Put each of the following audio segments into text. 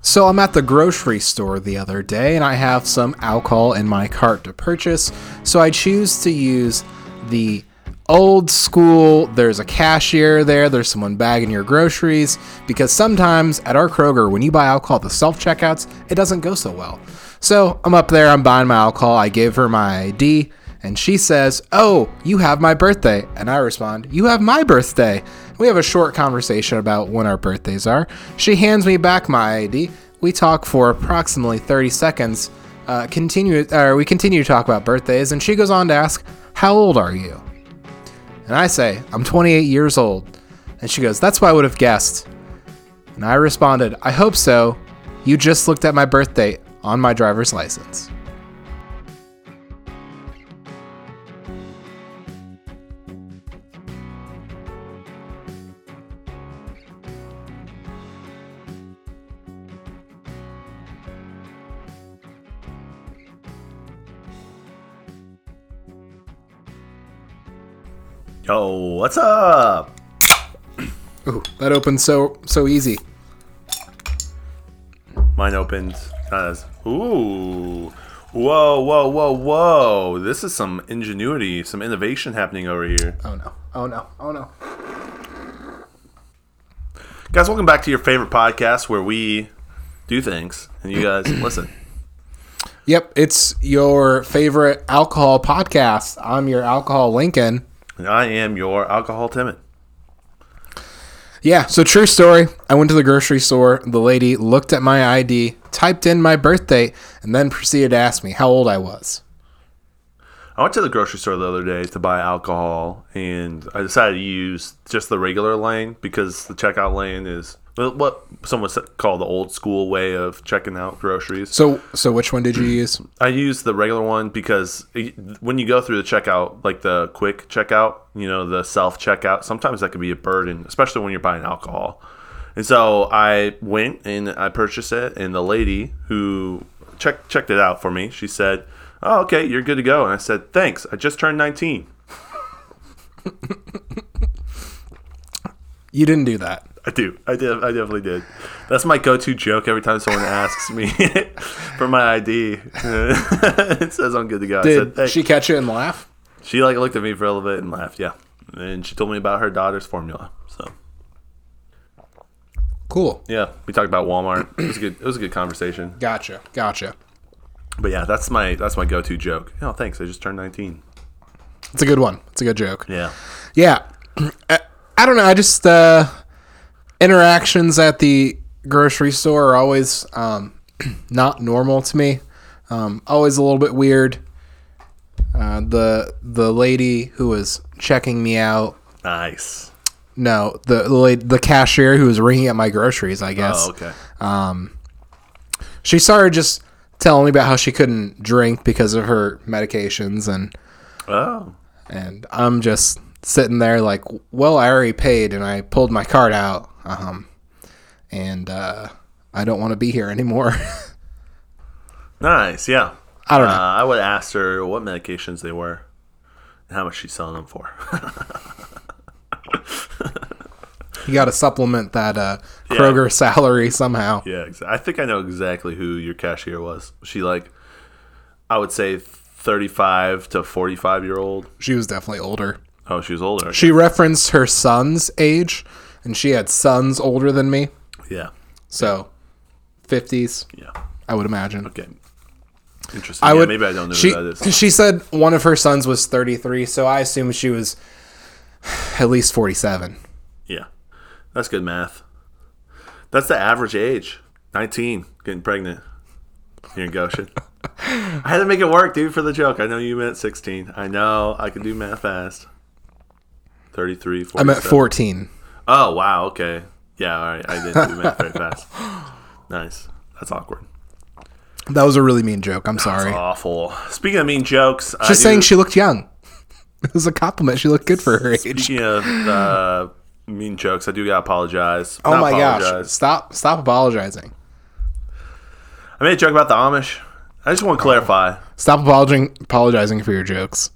So I'm at the grocery store the other day and I have some alcohol in my cart to purchase. So I choose to use the old school, there's a cashier there, there's someone bagging your groceries because sometimes at our Kroger when you buy alcohol at the self-checkouts, it doesn't go so well. So I'm up there, I'm buying my alcohol, I give her my ID and she says, "Oh, you have my birthday." And I respond, "You have my birthday." We have a short conversation about when our birthdays are. She hands me back my ID. We talk for approximately 30 seconds. Uh, continue, or we continue to talk about birthdays, and she goes on to ask, "How old are you?" And I say, "I'm 28 years old." And she goes, "That's what I would have guessed." And I responded, "I hope so. You just looked at my birthday on my driver's license." Yo, what's up? Ooh, that opened so so easy. Mine opened as ooh, whoa, whoa, whoa, whoa. This is some ingenuity, some innovation happening over here, Oh no! Oh no! Oh no! guys. Welcome back to your favorite podcast where we do things and you guys listen. Yep, it's your favorite alcohol podcast. I'm your alcohol Lincoln. And I am your alcohol timid. Yeah, so true story. I went to the grocery store. The lady looked at my ID, typed in my birthday, and then proceeded to ask me how old I was. I went to the grocery store the other day to buy alcohol, and I decided to use just the regular lane because the checkout lane is well, what some would call the old school way of checking out groceries. So, so which one did you use? I use the regular one because it- when you go through the checkout, like the quick checkout, you know, the self checkout, sometimes that could be a burden, especially when you're buying alcohol. And so I went and I purchased it, and the lady who check, checked it out for me, she said, "Oh, okay, you're good to go." And I said, "Thanks, I just turned 19." You didn't do that. I do, I did, I definitely did. That's my go-to joke every time someone asks me for my ID. it says I'm good to go. I said, Did "Thanks." she catch it and laugh? She like looked at me for a little bit and laughed. Yeah, and she told me about her daughter's formula. So Cool. yeah, we talked about Walmart. It was a good. It was a good conversation. Gotcha. Gotcha. But yeah, that's my that's my go to joke. Oh, thanks. I just turned nineteen. It's a good one. It's a good joke. Yeah. Yeah. I, I don't know. I just, uh, interactions at the grocery store are always, um, not normal to me. Um, always a little bit weird. Uh, the, the lady who was checking me out, Nice. no, the, the, la- the cashier who was ringing up my groceries, I guess Oh, okay. she started just telling me about how she couldn't drink because of her medications and, Oh, and I'm just sitting there like, well, I already paid, and I pulled my card out, um, and uh, I don't want to be here anymore. nice. Yeah. I don't Uh, know. I would ask her what medications they were, and how much she's selling them for. you got to supplement that uh, Kroger salary somehow. Yeah, exa- I think I know exactly who your cashier was. She like, I would say thirty-five to forty-five year old. She was definitely older. Oh, she was older. She referenced her son's age, and she had sons older than me, yeah, so fifties, yeah. I would imagine. Okay. Interesting. I yeah, would. maybe I don't know She who that is. she said one of her sons was thirty three, so I assume she was at least forty seven. Yeah. That's good math. That's the average age. 19, getting pregnant. Here in Goshen. I had to make it work, dude, for the joke. I know you meant 16. I know. I can do math fast. 33, 47. I'm at fourteen. Oh, wow. Okay. Yeah, all right. I didn't do math very fast. Nice. That's awkward. That was a really mean joke. I'm sorry. Awful. Speaking of mean jokes, I Just saying do- she looked young. It was a compliment. She looked good for her age. Speaking of uh, mean jokes, I do gotta apologize. Oh Not my gosh. apologize. Stop stop apologizing. I made a joke about the Amish. I just want to clarify. Stop apologizing apologizing for your jokes.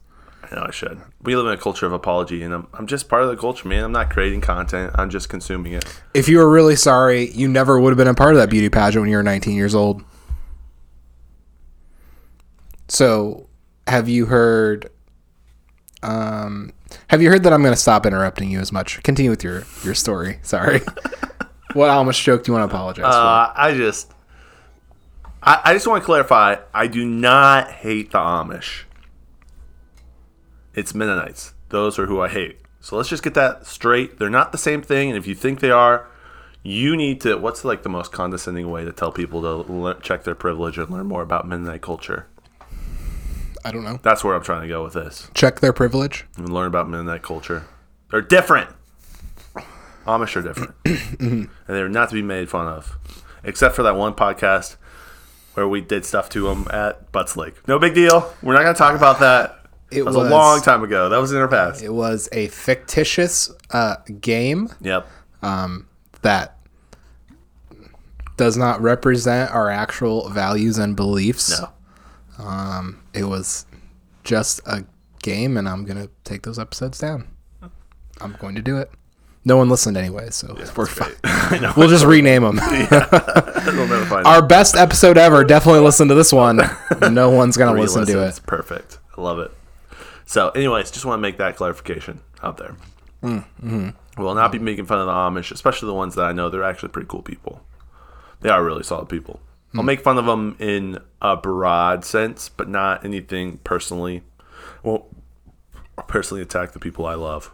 I know I should. we live in a culture of apology, and I'm, I'm just part of the culture, man. I'm not creating content, I'm just consuming it. If you were really sorry, you never would have been a part of that beauty pageant when you were 19 years old. So, have you heard? Um, have you heard that I'm going to stop interrupting you as much? Continue with your your story. Sorry. what almost joke do you want to apologize for? Uh, I just, I, I just want to clarify. I do not hate the Amish. It's Mennonites. Those are who I hate. So let's just get that straight. They're not the same thing. And if you think they are, you need to. What's like the most condescending way to tell people to lear- check their privilege and learn more about Mennonite culture? I don't know. That's where I'm trying to go with this. Check their privilege. And learn about Mennonite culture. They're different. Amish are different, and they're not to be made fun of, except for that one podcast where we did stuff to them at Butts Lake. No big deal. We're not going to talk about that. It It was, was- a long time ago. That was in our past. It was a fictitious uh, game Yep. that does not represent our actual values and beliefs. No. It was just a game, and I'm going to take those episodes down. I'm going to do it. No one listened anyway, so we're fine. I know. We'll just rename them. They'll never find Our best episode ever. Definitely listen to this one. No one's going to listen to it. It's perfect. I love it. So, anyways, just want to make that clarification out there. Mm, mm-hmm. We will not be making fun of the Amish, especially the ones that I know. They're actually pretty cool people. They are really solid people. Mm. I'll make fun of them in a broad sense, but not anything personally. Well, personally attack the people I love,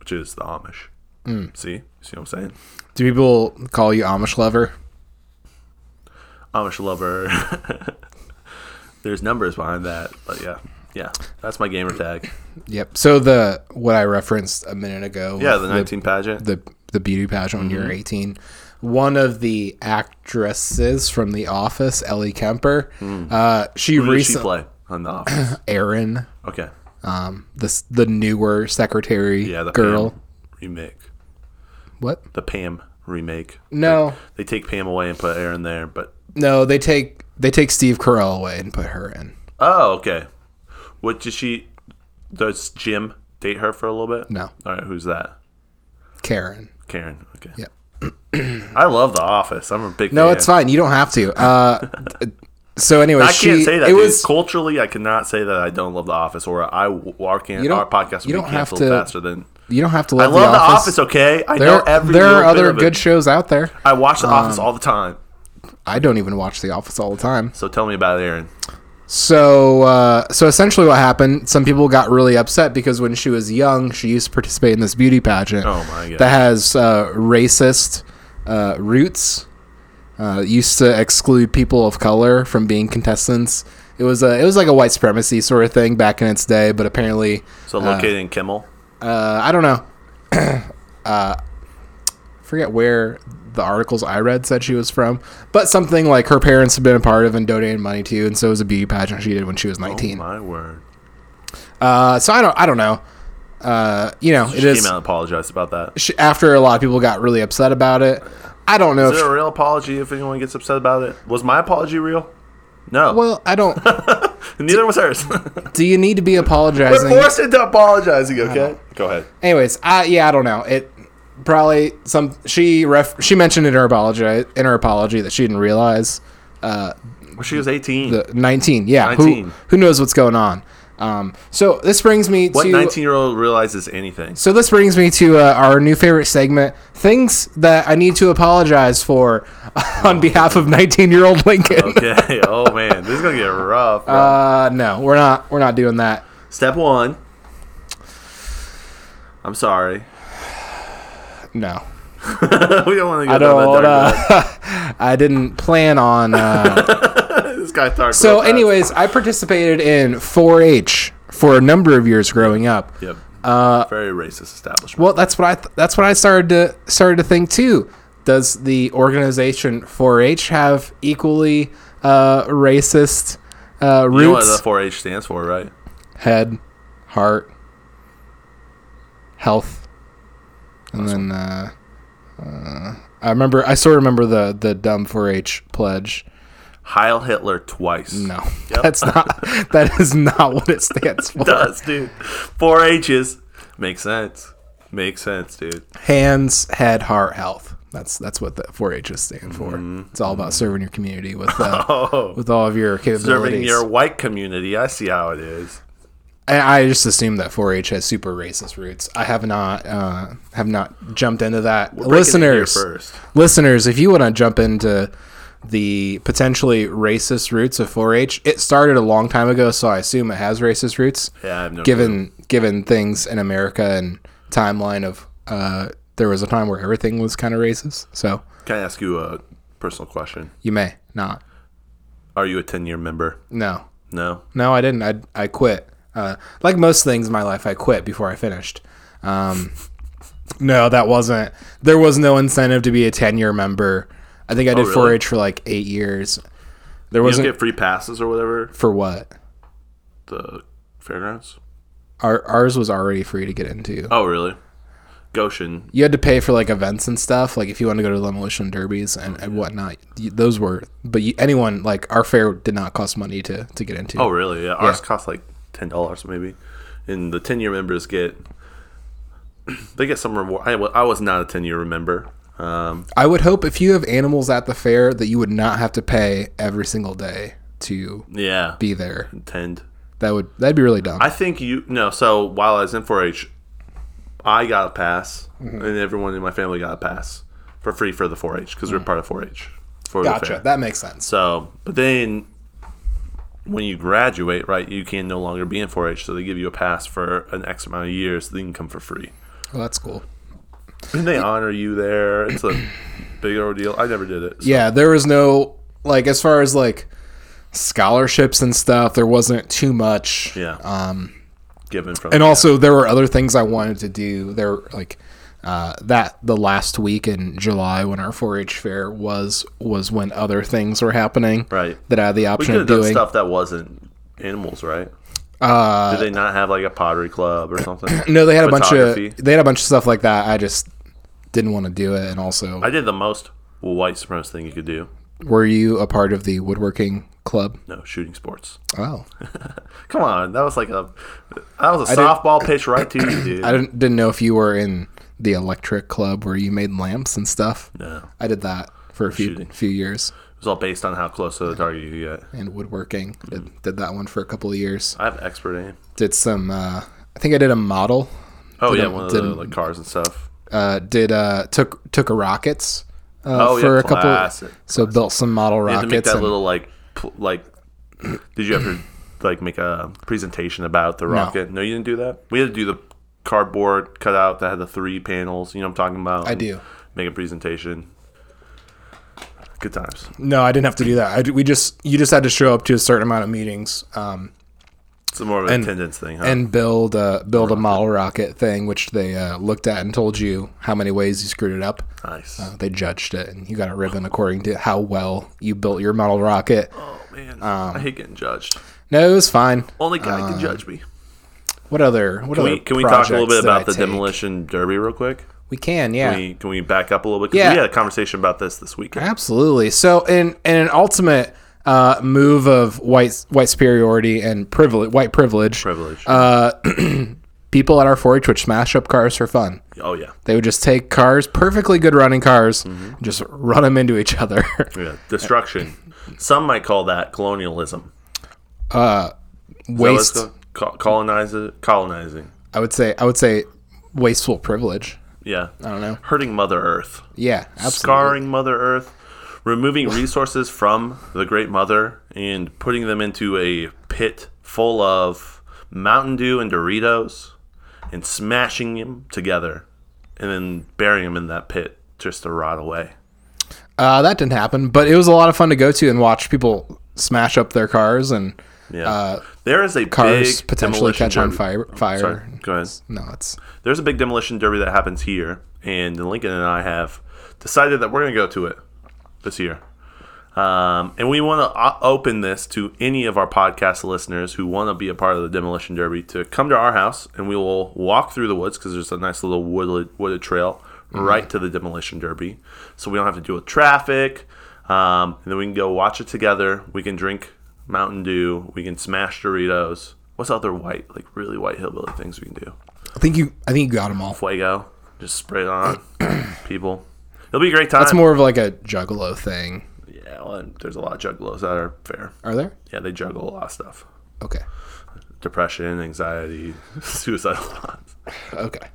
which is the Amish. Mm. See, see what I'm saying? Do people call you Amish lover? Amish lover. There's numbers behind that, but yeah, yeah, that's my gamer tag. Yep. So the what I referenced a minute ago. Yeah, with the 19 pageant. the the beauty pageant when you Mm-hmm. were 18 one of the actresses from the office ellie kemper uh she Mm. Who did she recently play on the office? erin Okay. um this the newer secretary Yeah, the girl Pam remake. what The Pam remake. no They take Pam away and put Aaron there, but no they take they take steve carell away and put her in oh, okay. What did she? Does Jim date her for a little bit? no All right, who's that? karen Karen. Okay. Yep. I love The Office. I'm a big. no fan. it's fine you don't have to uh so anyway I she can't say that. it dude. was culturally, I cannot say that I don't love The Office, or I our, can, You don't- our podcast you would don't be have canceled to- faster than. you don't have to I love, love The Office. okay, I know there, every. there are little bit other of it. good shows out there I watch The Um, Office all the time. i don't even watch the office all the time So tell me about it, Aaron. So, uh, so essentially, what happened? Some people got really upset because when she was young, she used to participate in this beauty pageant Oh my god. that has uh, racist uh, roots. Uh, it used to exclude people of color from being contestants. It was a, it was like a white supremacy sort of thing back in its day, but apparently, so located in Kimmel. uh, I don't know. uh, forget where the articles I read said she was from, but something like her parents had been a part of and donated money to, and so it was a beauty pageant she did when she was Oh nineteen. my word. Uh, so I don't, I don't know. Uh, you know, it She is came out and apologized about that. Is she, after a lot of people got really upset about it. I don't know. there If, a real apology if anyone gets upset about it? Was my apology real? No. well, I don't. Neither was hers. do you need to be apologizing? Forced into apologizing, okay? Go ahead. Anyways, I yeah, I don't know. It probably some she ref she mentioned in her apology in her apology that she didn't realize uh, Well, she was 18. the nineteen. Yeah, 19. who who knows what's going on? Um, so this brings me what to 19 year old realizes anything? So this brings me to uh, our new favorite segment: things that I need to apologize for on behalf of 19-year-old Lincoln. Oh. Okay. oh, man. This is going to get rough. bro. Uh, no, we're not. We're not doing that. Step one. I'm sorry. No, we don't want to go I down that don't. dark road. Uh, I didn't plan on. Uh, This guy's dark. real so, fast. anyways, I participated in 4-H for a number of years growing up. Yep. Uh, Very racist establishment. Well, that's what I. Th- that's what I started to started to think too. Does the organization 4-H have equally uh, racist uh, roots? you know what the 4 H stands for, right? head, heart, health, and then uh, uh, I remember I still remember the the dumb 4-H pledge. Heil Hitler twice. No, that's not. That is not what it stands for. Does, dude. Four H's. Makes sense. Makes sense, dude. Hands, head, heart, health. That's that's what the 4-H's stand for. It's all about serving your community with uh, Mm-hmm. Oh, with all of your serving capabilities. your white community. I see how it is. And I just assume that 4-H has super racist roots. I have not uh, have not jumped into that. Breaking it here listeners, first. listeners, if you want to jump into the potentially racist roots of 4-H, it started a long time ago, so I assume it has racist roots. Yeah, I have no given given things in America and timeline of uh, there was a time where everything was kind of racist. So Can I ask you a personal question? you may not. Are you a 10 year member? No, No. no, I didn't. I I quit. Uh, like most things in my life, I quit before I finished. Um, no, that wasn't. There was no incentive to be a ten year member. I think I did Oh, really? 4-H for like eight years. There You don't wasn't get free passes or whatever? for what. The fairgrounds? Our, ours was already free to get into. Oh, really? Goshen. you had to pay for like events and stuff. Like if you wanted to go to the demolition derbies and, and whatnot, you, those were. But you, anyone like our fair did not cost money to to get into. Oh, really? Yeah. Ours costs like $10 maybe. And the 10 year members get. They get some reward. I, wa- I was not a 10 year member. Um, I would hope if you have animals at the fair that you would not have to pay every single day to yeah. be there. Tend. That would that'd be really dumb. I think you no. So while I was in 4-H, I got a pass, Mm-hmm. and everyone in my family got a pass for free for the 4-H because we're part of 4-H. For the fair. Mm. gotcha. That makes sense. So, but then when you graduate, right, you can no longer be in 4-H, so they give you a pass for an X amount of years. Then you can come for free, Well, that's cool. and they honor you there. It's a big ordeal. I never did it. So Yeah, there was no like as far as like scholarships and stuff. There wasn't too much. yeah. Um, given from and also there were other things I wanted to do. There like uh, that the last week in July when our 4-H fair was was when other things were happening. Right. That I had the we option could of have done doing. stuff that wasn't animals, right? Uh, Did they not have like a pottery club or something? no, they had a bunch of Photography. they had a bunch of stuff like that. I just didn't want to do it. And also, I did the most white supremacist thing you could do. were you a part of the woodworking club? No, shooting sports. Oh, Come on, that was like a that was a softball pitch right to you, dude. I didn't didn't know if you were in the electric club where you made lamps and stuff. no, I did that for a few shooting. few years it was all based on how close to the target you could get. and woodworking. Hmm. Did, did that one for a couple of years. I have expert aim. did some uh i think i did a model Oh Did yeah, a- one of did the a- like cars and stuff. uh did uh took took a rockets uh, Oh, yeah, for a couple classic. so built some model You had to make rockets that and little like pl- like. Did you ever like make a presentation about the rocket? No. you didn't do that. We had to do the cardboard cutout that had the three panels. You know what I'm talking about? I do. Make a presentation. Good times. no i didn't have to do that I d we just you just had to show up to a certain amount of meetings um It's more of an attendance thing, huh? and build a build a model rocket thing which they uh, looked at and told you how many ways you screwed it up nice. Uh, they judged it and you got a ribbon according to how well you built your model rocket Oh man, um, I hate getting judged. no it was fine Only God can judge me. what other what Can other we, can we talk a little uh, projects bit did I about the take? demolition derby real quick? we can yeah Can we, can we back up a little bit? 'Cause Yeah. We had a conversation about this this weekend. Absolutely. So in in an ultimate uh, move of white white superiority and privilege, white privilege, Privilege. Uh, people at our 4-H would smash up cars for fun. oh yeah, They would just take cars, perfectly good running cars, Mm-hmm. and just run them into each other. yeah. Destruction. Some might call that colonialism. So let's Waste. go- co- colonize colonizing. I would say. I would say wasteful privilege. Yeah. I don't know. Hurting Mother Earth. Yeah. Absolutely. Scarring Mother Earth. Removing resources from the Great Mother and putting them into a pit full of Mountain Dew and Doritos and smashing them together and then burying them in that pit just to rot away. Uh, that didn't happen, but it was a lot of fun to go to and watch people smash up their cars and Yeah. uh, there is a cars big potentially demolition catch on derby- fire. Fire. Sorry, go ahead. No, it's There's a big demolition derby that happens here, and Lincoln and I have decided that we're going to go to it this year. Um, and we want to o- open this to any of our podcast listeners who want to be a part of the demolition derby to come to our house, and we will walk through the woods because there's a nice little wooded, wooded trail right to the demolition derby, so we don't have to deal with traffic. Um, and then we can go watch it together. We can drink Mountain Dew. We can smash Doritos. What's other white, like really white hillbilly things we can do? I think you. I think you got them all. Fuego. Just spray it on people. It'll be a great time. That's more of like a juggalo thing. yeah, well, and there's a lot of juggalos that are fair. Are there? Yeah, they juggle a lot of stuff. Okay. Depression, anxiety, suicidal thoughts. Okay.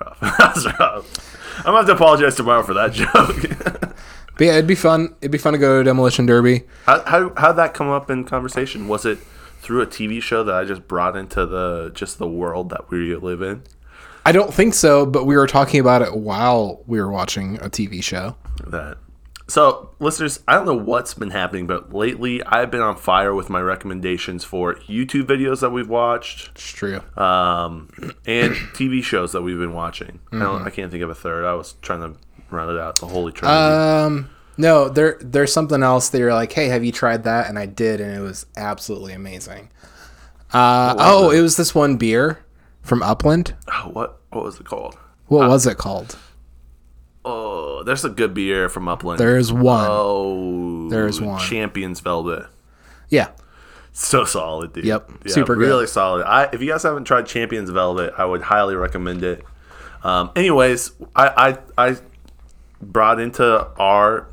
Rough. That's rough. I'm gonna have to apologize tomorrow for that joke. But yeah, it'd be fun. It'd be fun to go to demolition derby. How, how how'd that come up in conversation? Was it through a TV show that I just brought into the just the world that we live in? I don't think so, but we were talking about it while we were watching a TV show. That so listeners, I don't know what's been happening, but lately I've been on fire with my recommendations for YouTube videos that we've watched It's true. um, and TV shows that we've been watching. I, don't, I can't think of a third. I was trying to round it out. The Holy Trinity. Um, no, there there's something else that you're like, hey, have you tried that? And I did, and it was absolutely amazing. Uh, oh, it was this one beer from Upland. oh, what what was it called? What Uh. was it called? Oh, there's a good beer from Upland. There's one. oh, there's one. Champions Velvet. yeah, So solid, dude. Yep. Yeah, Super good. Really solid. I, if you guys haven't tried Champions Velvet, I would highly recommend it. Um, anyways, I, I I brought into our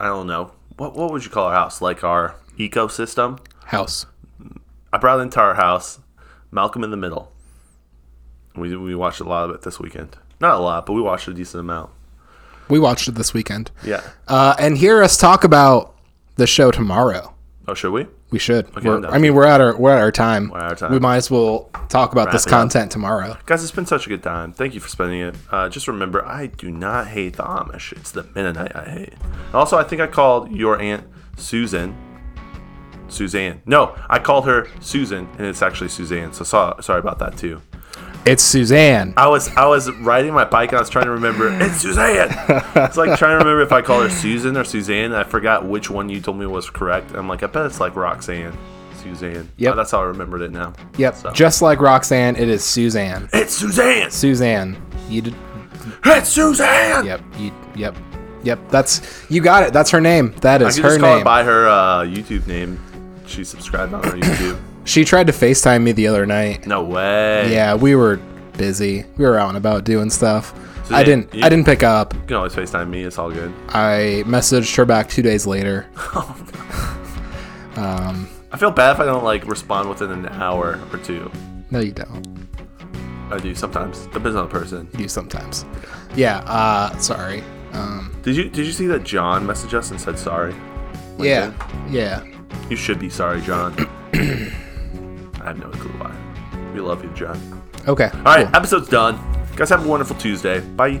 I don't know what what would you call our house like our ecosystem. house. I brought into our house Malcolm in the Middle. We we watched a lot of it this weekend. Not a lot, but we watched a decent amount. We watched it this weekend. Yeah. Uh, and hear us talk about the show tomorrow. Oh, should we? We should. We're- I'm down. I mean, we're at our we're at our time. at our time. We might as well talk about this it up. content tomorrow. Guys, it's been such a good time. Thank you for spending it. Uh, just remember, I do not hate the Amish. It's the Mennonite I hate. Also, I think I called your aunt Susan. Suzanne. No, I called her Susan, and it's actually Suzanne. So, so sorry about that too. It's Suzanne. I was I was riding my bike and I was trying to remember. It's Suzanne. It's like trying to remember if I called her Susan or Suzanne. I forgot which one you told me was correct. I'm like, I bet it's like Roxanne, Suzanne. Oh, Yep. that's how I remembered it now. Yep. Just like Roxanne, it is Suzanne. It's Suzanne. Suzanne. You did. It's Suzanne. Yep. You. Yep. Yep. That's you got it. That's her name. That I is could her just call name. it by her uh, YouTube name. She subscribed on her YouTube. She tried to Facetime me the other night. No way. Yeah, we were busy. We were out and about doing stuff. I you- didn't. you- I didn't pick up. You can always FaceTime me. It's all good. I messaged her back two days later. I feel bad if I don't like respond within an hour or two. No, you don't. I do sometimes. Depends on the person. You do sometimes. Yeah. Uh, sorry. Um, Did you Did you see that John messaged us and said sorry? yeah. Yeah. You should be sorry, John. I have no clue why. We love you, John. Okay. All right, episode's done. Guys, have a wonderful Tuesday. Bye.